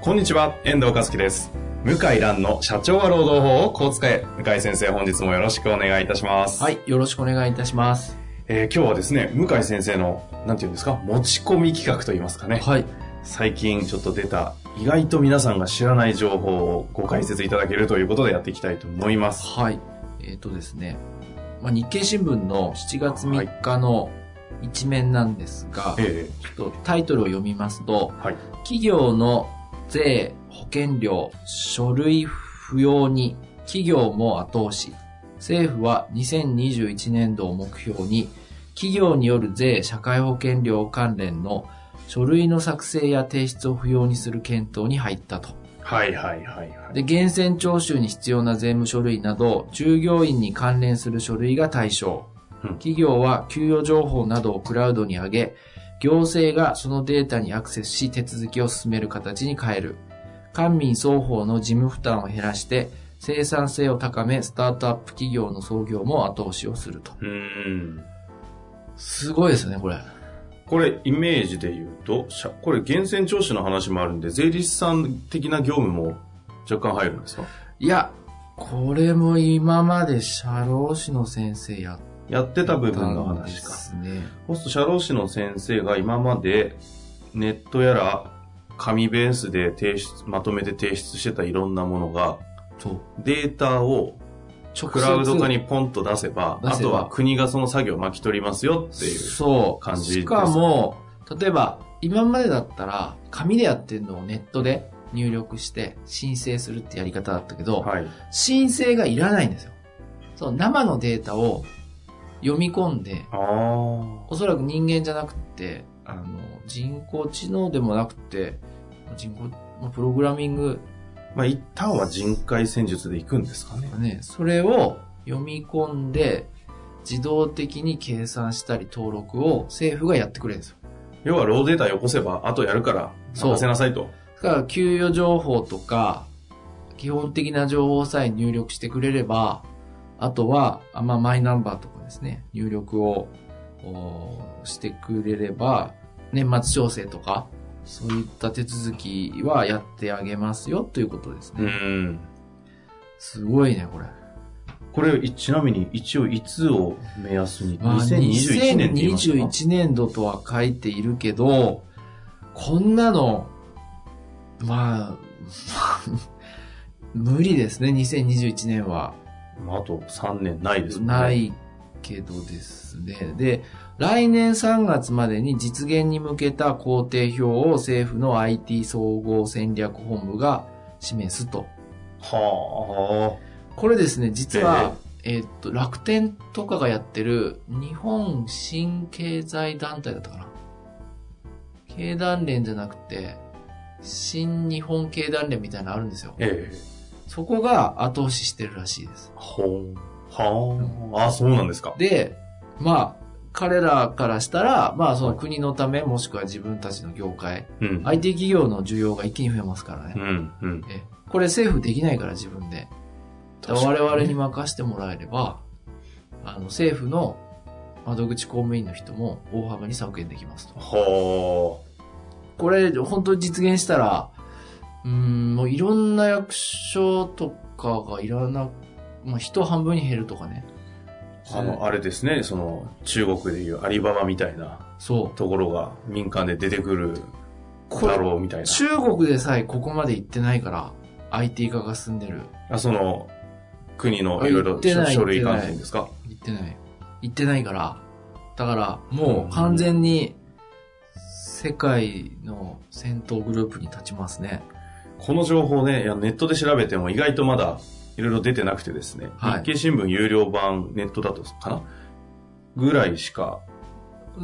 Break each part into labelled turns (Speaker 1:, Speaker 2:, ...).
Speaker 1: こんにちは、遠藤和樹です。向井蘭の社長は労働法をこう使え。向井先生、本日もよろしくお願いいたします。
Speaker 2: はい、よろしくお願いいたします。
Speaker 1: えー今日はですね、向井先生の、なんていうんですか、持ち込み企画といいますかね。
Speaker 2: はい、
Speaker 1: 最近ちょっと出た、意外と皆さんが知らない情報をご解説いただけるということでやっていきたいと思います。
Speaker 2: はい。えっ、とですね、まあ、日経新聞の7月3日の一面なんですが、
Speaker 1: え
Speaker 2: ちょっとタイトルを読みますと
Speaker 1: え、はい。
Speaker 2: 企業の税、保険料、書類不要に企業も後押し。政府は2021年度を目標に、企業による税、社会保険料関連の書類の作成や提出を不要にする検討に入ったと。
Speaker 1: はいはいはいはい。
Speaker 2: で、源泉徴収に必要な税務書類など、従業員に関連する書類が対象。
Speaker 1: うん
Speaker 2: 企業は給与情報などをクラウドに上げ、行政がそのデータにアクセスし手続きを進める形に変える。官民双方の事務負担を減らして、生産性を高め、スタートアップ企業の創業も後押しをすると。
Speaker 1: うーん。
Speaker 2: すごいですよね、これ。
Speaker 1: これ、イメージで言うと、社これ、源泉徴収の話もあるんで、税理士さん的な業務も若干入るんですか
Speaker 2: いや、これも今まで社労士の先生やっ
Speaker 1: やってた
Speaker 2: た
Speaker 1: 部分の
Speaker 2: んで
Speaker 1: 話か。
Speaker 2: すね。
Speaker 1: ホスト社労士の先生が今までネットやら紙ベースで提出、まとめて提出してたいろんなものが
Speaker 2: そう。
Speaker 1: データを
Speaker 2: 直接
Speaker 1: クラウド化にポンと出せば、
Speaker 2: 出せば
Speaker 1: あとは国がその作業を巻き取りますよっていう。
Speaker 2: そう
Speaker 1: 感じです
Speaker 2: しかも、例えば、今までだったら、紙でやってるのをネットで入力して申請するってやり方だったけど、
Speaker 1: はい。
Speaker 2: 申請がいらないんですよ。そう、生のデータを読み込んで、
Speaker 1: ああ。
Speaker 2: おそらく人間じゃなくて、あの、人工知能でもなくて、人工、まあプログラミング
Speaker 1: まあ、一旦は人海戦術で行くんですかね。
Speaker 2: ね、それを読み込んで、自動的に計算したり登録を政府がやってくれるんですよ。
Speaker 1: 要は、ローデータよこせば、あとやるから、
Speaker 2: そう
Speaker 1: 任せなさいと。
Speaker 2: だから給与情報とか、基本的な情報さえ入力してくれれば、あとは、あまあ、マイナンバーとかですね、入力をおーしてくれれば、年末調整とか、そういった手続きはやってあげますよということです
Speaker 1: う
Speaker 2: ね。
Speaker 1: ん。
Speaker 2: すごいね、これ。
Speaker 1: これ、いちなみに、一応、いつを目安に、
Speaker 2: まあ、
Speaker 1: 2021年って言いますか
Speaker 2: 2021年度とは書いているけど、こんなの、まあ、 無理ですね、2021年は。
Speaker 1: まあ、あと3年ないですもんね。
Speaker 2: ないけどですね。で、来年3月までに実現に向けた工程表を政府の IT 総合戦略本部が示すと。
Speaker 1: は
Speaker 2: これですね、実は、えーっと、楽天とかがやってる日本新経済団体だったかな。経団連じゃなくて、新日本経団連みたいなのあるんですよ
Speaker 1: あ。。ええ
Speaker 2: そこが後押ししてるらしいです。
Speaker 1: ほう。はあ。あ、そうなんですか。
Speaker 2: で、まあ、彼らからしたら、まあ、その国のため、もしくは自分たちの業界、
Speaker 1: うん。い。
Speaker 2: IT 企業の需要が一気に増えますから
Speaker 1: う
Speaker 2: ね。
Speaker 1: ん。うん。
Speaker 2: えこれ政府できないから自分で。だから我々に任せてもらえれば、あの、政府の窓口公務員の人も大幅に削減できますと。
Speaker 1: は
Speaker 2: これ、本当に実現したら、うーん、もういろんな役所とかがいらな、まあ、人半分に減るとかね。
Speaker 1: あ。あの、あれですね、その、中国でいうアリババみたいな
Speaker 2: そう。
Speaker 1: ところが民間で出てくる
Speaker 2: これ
Speaker 1: だろうみたいな。
Speaker 2: 中国でさえここまで行ってないから、IT 化が進んでる。
Speaker 1: あその、国のいろい
Speaker 2: あ言
Speaker 1: ろ
Speaker 2: ってない
Speaker 1: 書類関係ですか
Speaker 2: 行ってない。行ってないから。だから、もう完全に、世界の戦闘グループに立ちますね。
Speaker 1: この情報ね、いやネットで調べても意外とまだいろいろ出てなくてですね、
Speaker 2: はい
Speaker 1: 日経新聞有料版ネットだとかなぐらいしか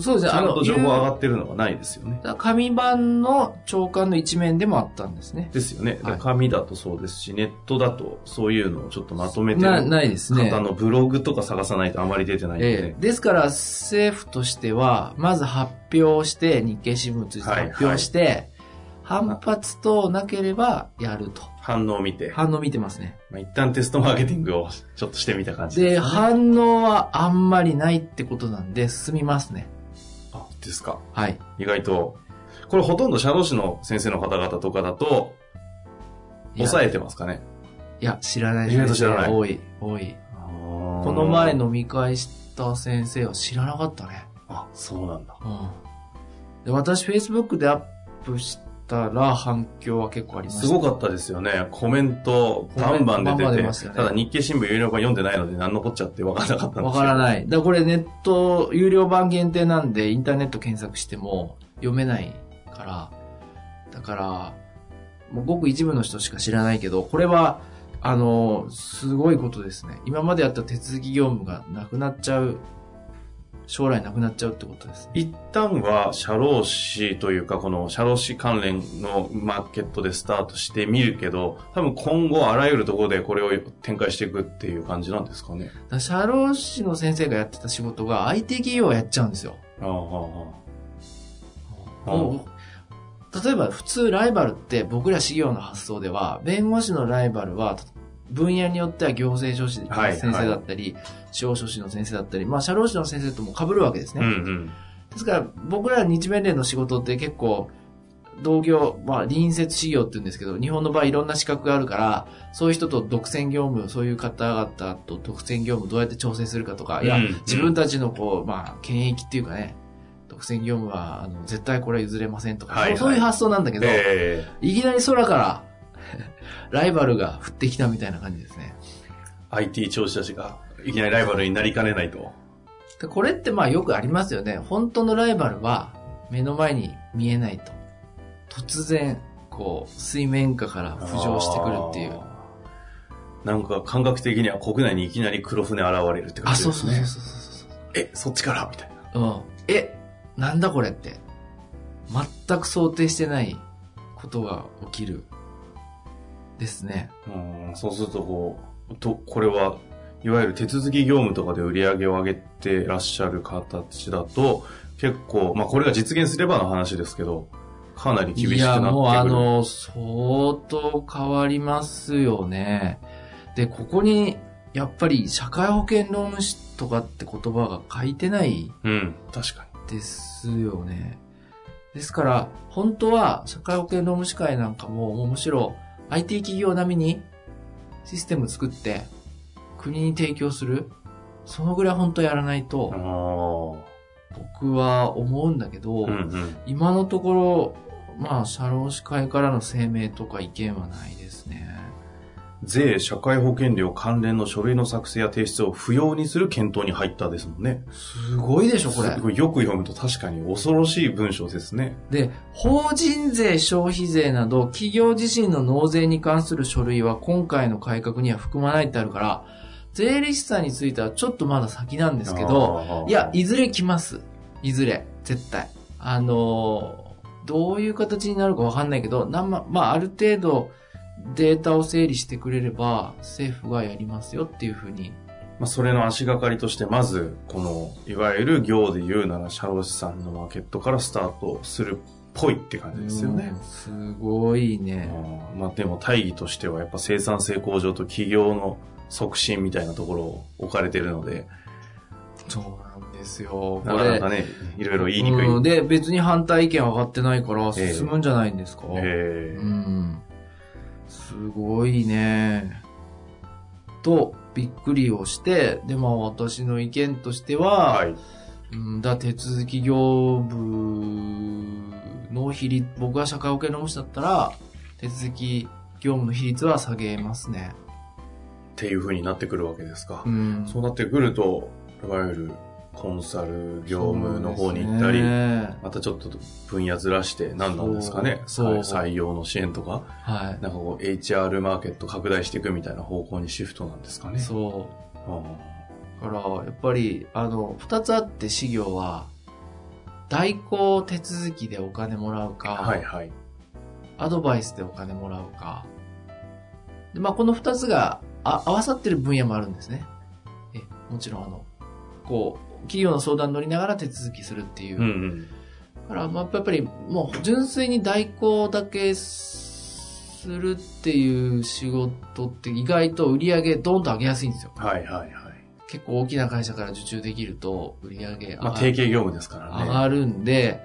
Speaker 2: そうですね。
Speaker 1: ちゃんと情報上
Speaker 2: 有
Speaker 1: がってるのはないですよね。
Speaker 2: だから紙版の朝刊の一面でもあったんですね。
Speaker 1: ですよね。
Speaker 2: はい
Speaker 1: 紙だとそうですし、ネットだとそういうのをちょっとまとめて
Speaker 2: な
Speaker 1: る
Speaker 2: ないですね。
Speaker 1: 方のブログとか探さないとあまり出てないんで、
Speaker 2: ええですから政府としては、まず発表して、日経新聞通して発表して、反発等なければやると。
Speaker 1: 反応を見て、
Speaker 2: 反応見てますね。
Speaker 1: まあ、一旦テストマーケティングをちょっとしてみた感じで
Speaker 2: で、
Speaker 1: す、ね。
Speaker 2: 反応はあんまりないってことなんで進みますね。
Speaker 1: あですか。
Speaker 2: はい。
Speaker 1: 意外と。これほとんど社労士の先生の方々とかだと、抑え
Speaker 2: て。
Speaker 1: てますかね。
Speaker 2: いや、知らない
Speaker 1: 意外と知らない
Speaker 2: 多い、多い。こ
Speaker 1: こ
Speaker 2: の前。飲み会した先生は知らなかったね。
Speaker 1: あ、そうなんだ。
Speaker 2: うん。で、私、Facebook でアップしたら反響は結構ありました。
Speaker 1: すごかったですよね。コメント、
Speaker 2: コメント
Speaker 1: バンバン出て
Speaker 2: バンバン
Speaker 1: て、
Speaker 2: 出ましたよね
Speaker 1: ただ日経新聞有料版読んでないので何のこっちゃって分からなかったんで
Speaker 2: わ
Speaker 1: す
Speaker 2: から
Speaker 1: い。
Speaker 2: ない。だからこれネット、有料版限定なんで、インターネット検索しても読めないから、だから、もうごく一部の人しか知らないけど、これは、あの、すごいことですね。今までやった手続き業務がなくなっちゃう、将来なくなっちゃうってことですね。
Speaker 1: 一旦は社労士というか、この社労士関連のマーケットでスタートしてみるけど、多分今後あらゆるところでこれを展開していくっていう感じなんですかね。
Speaker 2: だから社労士の先生がやってた仕事が IT 企業がやっちゃうんですよ。
Speaker 1: ああ、あああ
Speaker 2: もう例えば普通ライバルって僕ら資料の発想では弁護士のライバルは分野によっては行政書士の
Speaker 1: はい
Speaker 2: 先生だったり、司法書士の先生だったり、まあ、社労士の先生とも被るわけです
Speaker 1: あ
Speaker 2: ね、
Speaker 1: うんうん。
Speaker 2: ですから僕ら日弁連の仕事って結構同業、まあ、隣接事業って言うんですけど、日本の場合いろんな資格があるから、そういう人と独占業務、そういう方々と独占業務どうやって調整するかとか、いや、
Speaker 1: うん
Speaker 2: 自分たちのこう、まあ、権益っていうかね、独占業務は、あの、絶対これは譲れませんとか、
Speaker 1: はいはい
Speaker 2: そうそういう発想なんだけど、
Speaker 1: ええ
Speaker 2: いきなり空から、 ライバルが降ってきたみたいな感じですね。
Speaker 1: IT 調子たちがいきなりライバルになりかねないと。
Speaker 2: でこれってまあよくありますよね。本当のライバルは目の前に見えないと。突然、こう、水面下から浮上してくるっていう。あ
Speaker 1: あー。なんか感覚的には国内にいきなり黒船現れるって感じ
Speaker 2: そ
Speaker 1: で
Speaker 2: う
Speaker 1: す
Speaker 2: そう
Speaker 1: ね。
Speaker 2: そうそうそう
Speaker 1: え、そっちからみたいな。
Speaker 2: そう。うん。え、なんだこれって。全く想定してないことが起きる。ですね。
Speaker 1: うん、そうするとこう、と、これは、いわゆる手続き業務とかで売り上げを上げてらっしゃる形だと、結構、まあこれが実現すればの話ですけど、かなり厳しくなってく
Speaker 2: いや、
Speaker 1: る。
Speaker 2: もうあの、相当変わりますよね。で、ここに、やっぱり社会保険労務士とかって言葉が書いてない
Speaker 1: うん、確か
Speaker 2: ですよね。ですから、本当は社会保険労務士会なんかも、もうむしろ IT 企業並みにシステム作って国に提供する。そのぐらい本当やらない
Speaker 1: に。あ
Speaker 2: と、
Speaker 1: ー
Speaker 2: 僕は思うんだけど、
Speaker 1: うんうん。
Speaker 2: 今のところ、まあ、社労士会からの声明とか意見はないですね。
Speaker 1: 税、社会保険料関連の書類の作成や提出を不要にする検討に入ったですもんね。
Speaker 2: すごいでしょ、これ
Speaker 1: す。ごいよく読むと確かに恐ろしい文章ですね。
Speaker 2: で、法人税、消費税など、企業自身の納税に関する書類は今回の改革には含まないってあるから、税理士さんについてはちょっとまだ先なんですけど、
Speaker 1: あー
Speaker 2: いや、いずれ来ます。いずれ、絶対。あのーどういう形になるかわかんないけど、なんま、まあ、ある程度、データを整理してくれれば、政府がやりますよっていうふうに
Speaker 1: まあ、それの足がかりとして、まず、この、いわゆる行で言うなら、社労士さんのマーケットからスタートするっぽいって感じですよね
Speaker 2: う。んすごいね。
Speaker 1: うんまあ、でも、大義としては、やっぱ生産性向上と企業の促進みたいなところを置かれてるので、
Speaker 2: そうなんですよ。
Speaker 1: なかなかね、いろいろ言いにくい。
Speaker 2: うんで、別に反対意見上がってないから
Speaker 1: ええ
Speaker 2: 進むんじゃないんですか、
Speaker 1: え
Speaker 2: う
Speaker 1: ー
Speaker 2: ん。すごいね。と、びっくりをして、で、まあ私の意見としては、
Speaker 1: はい。
Speaker 2: うんだ、手続き業務の比率、僕が社会保険労務士だったら、手続き業務の比率は下げますね。
Speaker 1: っていう風になってくるわけですか。
Speaker 2: うん。
Speaker 1: そうなってくると、いわゆる、コンサル業務の方に行ったり、
Speaker 2: そうですね
Speaker 1: またちょっと分野ずらして何なんですかね
Speaker 2: そうそう
Speaker 1: 採用の支援とか
Speaker 2: はい。
Speaker 1: なんかこう HR マーケット拡大していくみたいな方向にシフトなんですかね。
Speaker 2: そう。
Speaker 1: あ
Speaker 2: だから、やっぱり、あの、二つあって、事業は、代行手続きでお金もらうか、
Speaker 1: はいはい。
Speaker 2: アドバイスでお金もらうか。で、まあ、この二つがあ合わさってる分野もあるんですね。え、もちろんあの、こう、企業の相談に乗りながら手続きするっていう。
Speaker 1: うんうん。
Speaker 2: だから、まあ、やっぱり、もう純粋に代行だけするっていう仕事って意外と売り上げドンと上げやすいんですよ。
Speaker 1: はいはいはい。
Speaker 2: 結構大きな会社から受注できると売り上げ上
Speaker 1: まあ、
Speaker 2: が
Speaker 1: 提携業務ですからね。
Speaker 2: 上がるんで、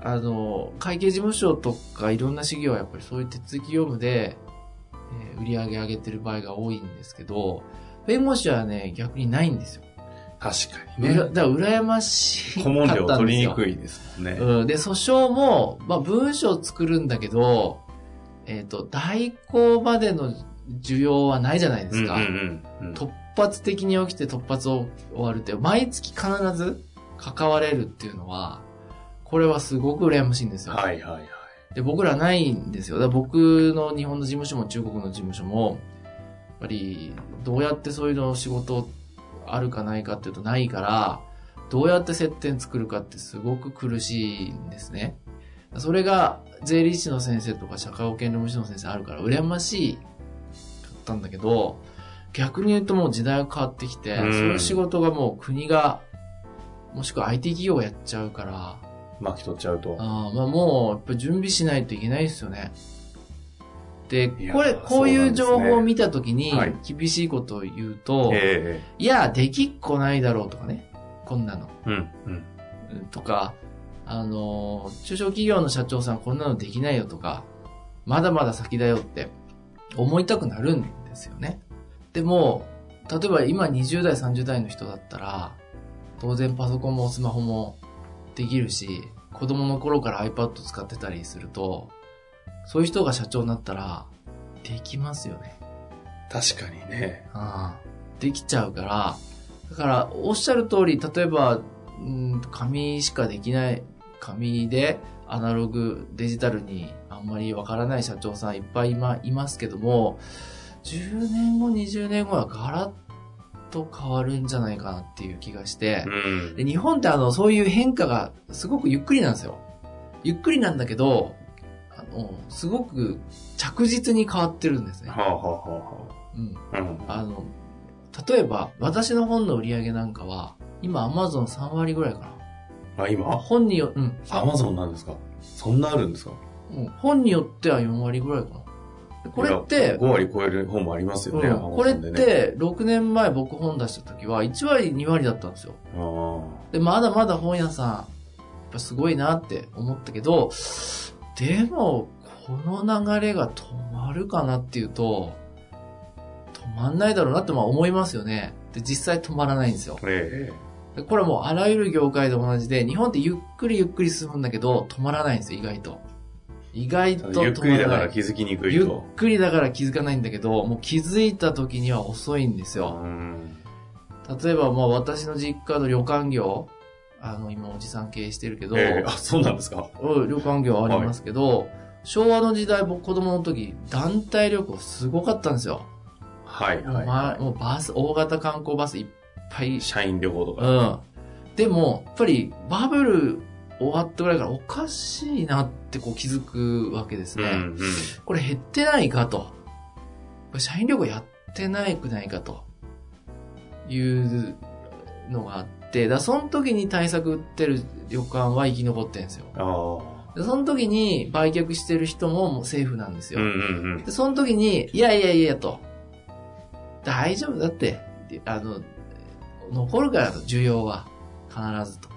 Speaker 2: あの、会計事務所とかいろんな事業はやっぱりそういう手続き業務で、えー売り上げ上げてる場合が多いんですけど、弁護士はね、逆にないんですよ。
Speaker 1: 確かに
Speaker 2: ね、
Speaker 1: ね
Speaker 2: だ。から羨ましい。
Speaker 1: 顧問料を取りにく
Speaker 2: い。
Speaker 1: いですもんね。
Speaker 2: うん、で、訴訟も、まあ文章を作るんだけど、えっ、と、代行までの需要はないじゃないですか。
Speaker 1: うんうんうん
Speaker 2: 突発的に起きて突発を終わるって、毎月必ず関われるっていうのは、これはすごく羨ましいんですよ。
Speaker 1: はいはいはい。
Speaker 2: で、僕らないんですよ。だから僕の日本の事務所も中国の事務所も、やっぱり、どうやってそういうの仕事あるかないかっていうとないから、どうやって接点作るかってすごく苦しいんですね。それが税理士の先生とか社会保険労務士の先生あるから羨ましいかったんだけど、逆に言うともう時代が変わってきて、
Speaker 1: うん
Speaker 2: そういう仕事がもう国が、もしくは IT 企業がやっちゃうから、
Speaker 1: 巻き取っちゃうと。
Speaker 2: ああ、まあもう、やっぱ準備しないといけないですよね。で、
Speaker 1: いや
Speaker 2: これ、こういう
Speaker 1: そうなんで
Speaker 2: 情
Speaker 1: すね
Speaker 2: 報を見たときに
Speaker 1: はい、
Speaker 2: 厳しいことを言うと、
Speaker 1: え
Speaker 2: いや、できっこないだろうとかね、こんなの。
Speaker 1: えうんうん。
Speaker 2: うんとか、あのー、中小企業の社長さんこんなのできないよとか、まだまだ先だよって思いたくなるんですよね。でも、例えば今20代、30代の人だったら、当然パソコンもスマホもできるし、子供の頃から iPad 使ってたりすると、そういう人が社長になったら、できますよね。
Speaker 1: 確かにね。
Speaker 2: できちゃうから、だから、おっしゃる通り、例えば、うん紙しかできない、紙でアナログ、デジタルにあんまりわからない社長さんいっぱい今いますけども、10年後、20年後はガラッと変わるんじゃないかなっていう気がして、
Speaker 1: うん。
Speaker 2: で日本ってあの、そういう変化がすごくゆっくりなんですよ。ゆっくりなんだけど、あの、すごく着実に変わってるんですね。
Speaker 1: はあはあは
Speaker 2: うん
Speaker 1: あはあ。うん。
Speaker 2: あの、例えば、私の本の売り上げなんかは、今、アマゾン3割ぐらいか
Speaker 1: あ、
Speaker 2: な。
Speaker 1: 今
Speaker 2: 本によ、うん、
Speaker 1: アマゾンなんですかそんなあるんですか
Speaker 2: うん本によっては4割ぐらいかな。これっ
Speaker 1: いや
Speaker 2: て
Speaker 1: 5、割超える本もありますよね。
Speaker 2: うんこれ
Speaker 1: Amazon
Speaker 2: っ
Speaker 1: でね。
Speaker 2: て、6年前僕本出した時は、1割、2割だったんですよ。
Speaker 1: あー
Speaker 2: で、まだまだ本屋さん、やっぱすごいなって思ったけど、でも、この流れが止まるかなっていうと、止まんないだろうなってまあ思いますよね。で、実際止まらないんですよ。
Speaker 1: ええ
Speaker 2: でこれはもうあらゆる業界と同じで、日本ってゆっくりゆっくり進むんだけど、止まらないんですよ、意外と。意外と止まらない。
Speaker 1: ゆっくりだから気づきにくい
Speaker 2: ゆっ
Speaker 1: と。
Speaker 2: くりだから気づかないんだけど、もう気づいた時には遅いんですよ。
Speaker 1: うん
Speaker 2: 例えばもう私の実家の旅館業、あの、今おじさん経営してるけど、
Speaker 1: ええあ、そうなんですか
Speaker 2: うん旅館業ありますけど、昭和の時代僕子供の時、団体旅行すごかったんですよ。
Speaker 1: はい
Speaker 2: もう
Speaker 1: はい、
Speaker 2: まもうバス、大型観光バスいっぱい
Speaker 1: 社員旅行とか。
Speaker 2: うん。でも、やっぱりバブル終わったぐらいからおかしいなってこう気づくわけですね。
Speaker 1: うん
Speaker 2: これ減ってないかと。これ社員旅行やってないくないかと。いうのがあって、だからその時に対策打ってる旅館は生き残ってるんですよ。
Speaker 1: ああ。
Speaker 2: でその時に売却してる人ももうセーフなんです
Speaker 1: う
Speaker 2: よ。
Speaker 1: んうん
Speaker 2: で、その時に、いやいやいやと。大丈夫だって。であの、残るからと、需要は。必ずと。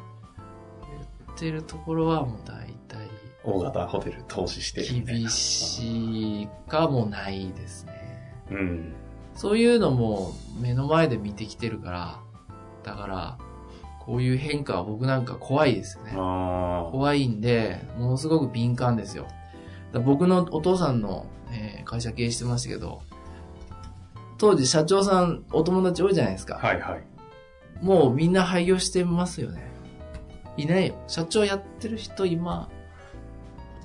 Speaker 2: 言ってるところはもう大体、
Speaker 1: うん。大型ホテル投資してみたいな。
Speaker 2: 厳しいかもないですね。
Speaker 1: うん。
Speaker 2: そういうのも目の前で見てきてるから、だから、こういう変化は僕なんか怖いですよね。
Speaker 1: ああ。
Speaker 2: 怖いんで、ものすごく敏感ですよ。だ僕のお父さんの、えー会社経営してましたけど、当時社長さんお友達多いじゃないですか。
Speaker 1: はいはい。
Speaker 2: もうみんな廃業してますよね。いないよ。社長やってる人今、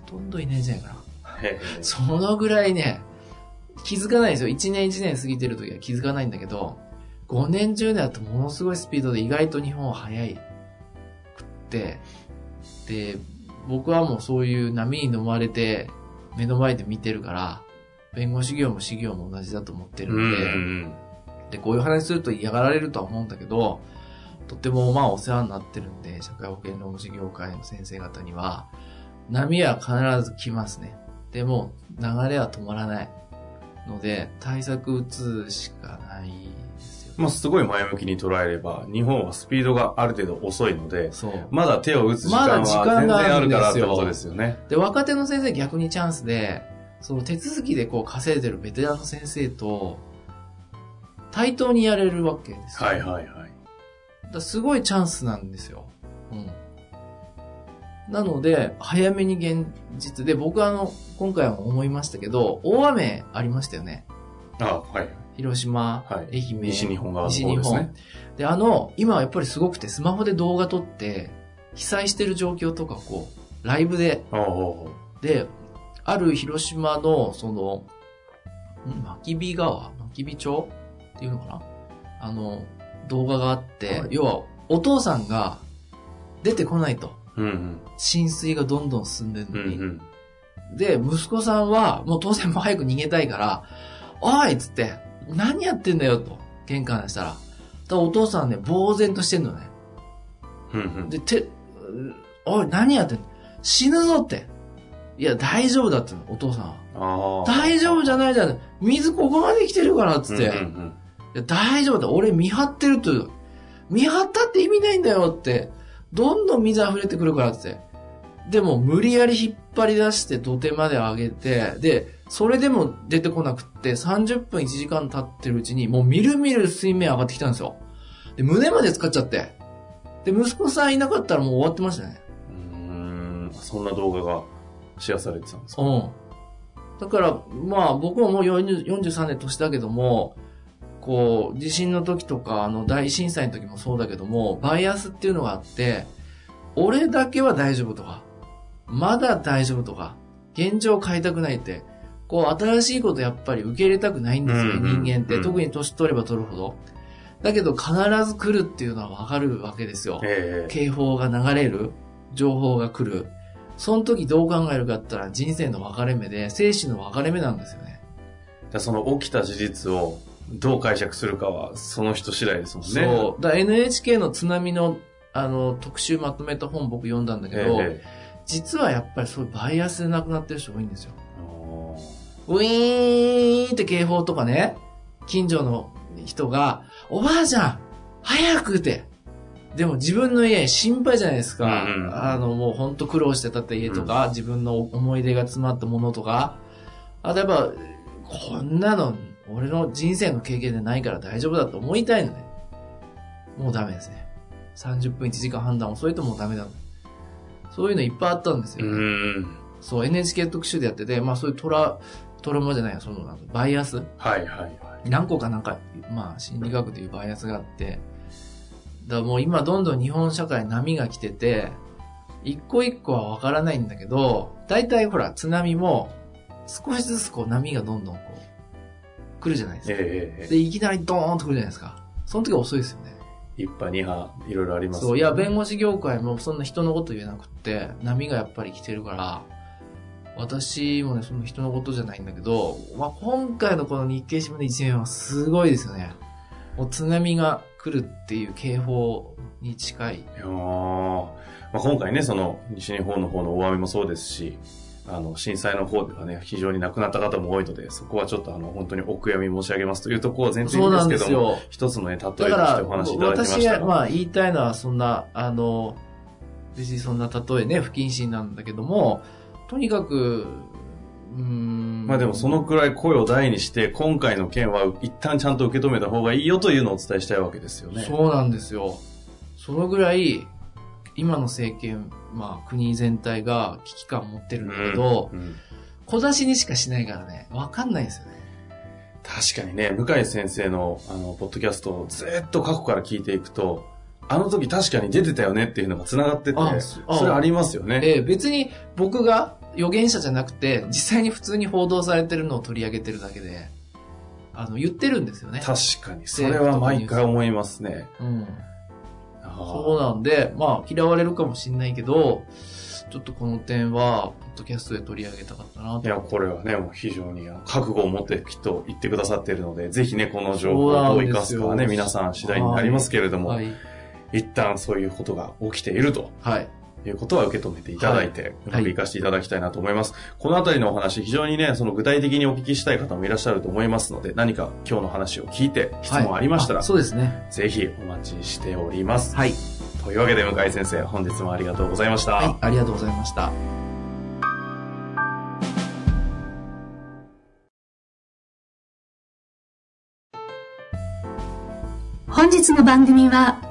Speaker 2: ほとんどいないんじゃないかな。
Speaker 1: ええ
Speaker 2: そのぐらいね、気づかないんですよ。1年1年過ぎてる時は気づかないんだけど、5年10年だとものすごいスピードで意外と日本は早いくって、で、僕はもうそういう波に飲まれて、目の前で見てるから、弁護士業も資業も同じだと思って る
Speaker 1: うんん
Speaker 2: で、で、こういう話すると嫌がられるとは思うんだけど、とってもまあお世話になってるんで、社会保険労務士業界の先生方には、波は必ず来ますね。でも、流れは止まらない。ので、対策打つしかないですよ。
Speaker 1: まあ、すごい前向きに捉えれば、日本はスピードがある程度遅いので、
Speaker 2: そう。
Speaker 1: まだ手を打つ時間は全然あるからってことですよね。
Speaker 2: で、若手の先生逆にチャンスで、その手続きでこう稼いでるベテランの先生と、対等にやれるわけですよ。
Speaker 1: はいはいはい。
Speaker 2: だからすごいチャンスなんですよ。うん。なので、早めに現実で、僕はあの、今回も思いましたけど、大雨ありましたよね。
Speaker 1: あはい。
Speaker 2: 広島、
Speaker 1: はい
Speaker 2: 愛媛。
Speaker 1: 西日本側の
Speaker 2: 西
Speaker 1: 方
Speaker 2: 日
Speaker 1: ですね
Speaker 2: 本。で、あの、今はやっぱりすごくて、スマホで動画撮って、被災してる状況とかをこう、ライブで
Speaker 1: おうおう
Speaker 2: で、ある広島の、その、ん巻火川巻火町っていうのかなあの、動画があって、
Speaker 1: はい
Speaker 2: 要は、お父さんが出てこないと。
Speaker 1: おううん
Speaker 2: 浸水がどんどん進んでる
Speaker 1: うん。う
Speaker 2: のに。
Speaker 1: ん
Speaker 2: で、息子さんは、もう当然もう早く逃げたいから、おいっつって、何やってんだよと、玄関でしたら。だからお父さんね、呆然としてんのね。
Speaker 1: うん。うん
Speaker 2: で、て、うんおい、何やってんの死ぬぞって。いや、大丈夫だっての、お父さんは。
Speaker 1: ああ。
Speaker 2: 大丈夫じゃないじゃん。水ここまで来てるから、つって。
Speaker 1: うんうんうん
Speaker 2: いや大丈夫だ。俺見張ってると。見張ったって意味ないんだよって。どんどん水溢れてくるから、つって。でも、無理やり引っ張り出して土手まで上げて、で、それでも出てこなくって、30分1時間経ってるうちに、もうみるみる水面上がってきたんですよ。で、胸まで使っちゃって。で、息子さんいなかったらもう終わってましたね。
Speaker 1: うーんそんな動画がシェアされてたんですか
Speaker 2: うん。だから、まあ僕ももう40 43年年だけども、こう、地震の時とか、あの、大震災の時もそうだけども、バイアスっていうのがあって、俺だけは大丈夫とか、まだ大丈夫とか、現状を変えたくないって、こう、新しいことやっぱり受け入れたくないんですよ、
Speaker 1: うんうんうん
Speaker 2: 人間って。特に年取れば取るほど。だけど、必ず来るっていうのはわかるわけですよ。
Speaker 1: ええ
Speaker 2: 警報が流れる、情報が来る。その時どう考えるかって言ったら人生の分かれ目で、生死の分かれ目なんですよね。
Speaker 1: じゃあその起きた事実をどう解釈するかはその人次第ですもんね。
Speaker 2: そう。だから NHK の津波の、あの、特集まとめた本僕読んだんだけ
Speaker 1: え
Speaker 2: ど、
Speaker 1: え
Speaker 2: 実はやっぱりそういうバイアスで亡くなってる人多いんですよ。
Speaker 1: あー
Speaker 2: ウィーンって警報とかね、近所の人が、おばあちゃん早くってでも自分の家心配じゃないですか。
Speaker 1: うんうん
Speaker 2: あの、もうほんと苦労して建った家とか、自分の思い出が詰まったものとか。あとやっぱ、こんなの、俺の人生の経験でないから大丈夫だと思いたいのね。もうダメですね。30分1時間判断遅いともうダメだ。そういうのいっぱいあったんです
Speaker 1: う
Speaker 2: よ。
Speaker 1: ーん。
Speaker 2: そう、NHK 特集でやってて、まあそういうトラ、トラウマじゃないやその、なんかバイアス
Speaker 1: はいはいは
Speaker 2: 何個かなんか、まあ心理学でいうバイアスがあって、だからもう今どんどん日本社会波が来てて、一個一個はわからないんだけど、大体ほら津波も少しずつこう波がどんどんこう来るじゃないです
Speaker 1: い。
Speaker 2: か。
Speaker 1: ええ
Speaker 2: で、いきなりドーンと来るじゃないですか。その時は遅いですよね。
Speaker 1: 一波二波いろいろありますね、
Speaker 2: そう、いや、弁護士業界もそんな人のこと言えなくって、波がやっぱり来てるから、私もね、その人のことじゃないんだけど、まあ、今回のこの日経新聞の一面はすごいですよね。もう津波が来るっていう警報に近い。
Speaker 1: いやーまあ、今回ね、その西日本の方の大雨もそうですし、あの震災の方ではね、非常に亡くなった方も多いので、そこはちょっとあの本当にお悔やみ申し上げますというところを前提
Speaker 2: そうなん
Speaker 1: に
Speaker 2: で
Speaker 1: です
Speaker 2: す
Speaker 1: けども、
Speaker 2: よ。
Speaker 1: 一つのね、例えと
Speaker 2: だか
Speaker 1: して
Speaker 2: ら、
Speaker 1: お話いただきまし
Speaker 2: 私
Speaker 1: た
Speaker 2: が、
Speaker 1: が。
Speaker 2: まあ、言いたいのは、そんな、あの、別にそんな例えね、不謹慎なんだけども、とにかく、うーん。
Speaker 1: まあでもそのくらい声を大にして、今回の件は一旦ちゃんと受け止めた方がいいよというのをお伝えしたいわけですよね。
Speaker 2: そうなんですよ。そのぐらい、今の政権、まあ国全体が危機感を持ってるんだけど、
Speaker 1: うん
Speaker 2: 小出しにしかしないからね、わかんないですよね。
Speaker 1: 確かにね、向井先生の、あの、ポッドキャストをずっと過去から聞いていくと、あの時確かに出てたよねっていうのが繋がってて、
Speaker 2: あ
Speaker 1: そ
Speaker 2: そあ
Speaker 1: れありますよね。
Speaker 2: で、別に僕が予言者じゃなくて、実際に普通に報道されてるのを取り上げてるだけで、あの、言ってるんですよね。
Speaker 1: 確かに、それは毎回思いますね。
Speaker 2: うん。
Speaker 1: あ
Speaker 2: そうなんで、まあ、嫌われるかもしんないけど、ちょっとこの点は、ポッドキャストで取り上げたかったなと
Speaker 1: いや、これはね、もう非常に覚悟を持ってきっと言ってくださっているので、ぜひね、この情報をどう生かすかはね、
Speaker 2: そうなんです
Speaker 1: 皆
Speaker 2: よ
Speaker 1: さん次第になりますけれども、
Speaker 2: はい。
Speaker 1: 一旦そういうことが起きていると
Speaker 2: はい。
Speaker 1: いうことは受け止めていただいて、うま
Speaker 2: はい
Speaker 1: く生かしていただきたいなと思います。このあたりのお話、非常にね、その具体的にお聞きしたい方もいらっしゃると思いますので、何か今日の話を聞いて質問ありましたら、
Speaker 2: はいそうですね。
Speaker 1: ぜひお待ちしております。
Speaker 2: はい。
Speaker 1: というわけで、向井先生、本日もありがとうございました。
Speaker 2: はい。ありがとうございました。
Speaker 3: 本日の番組は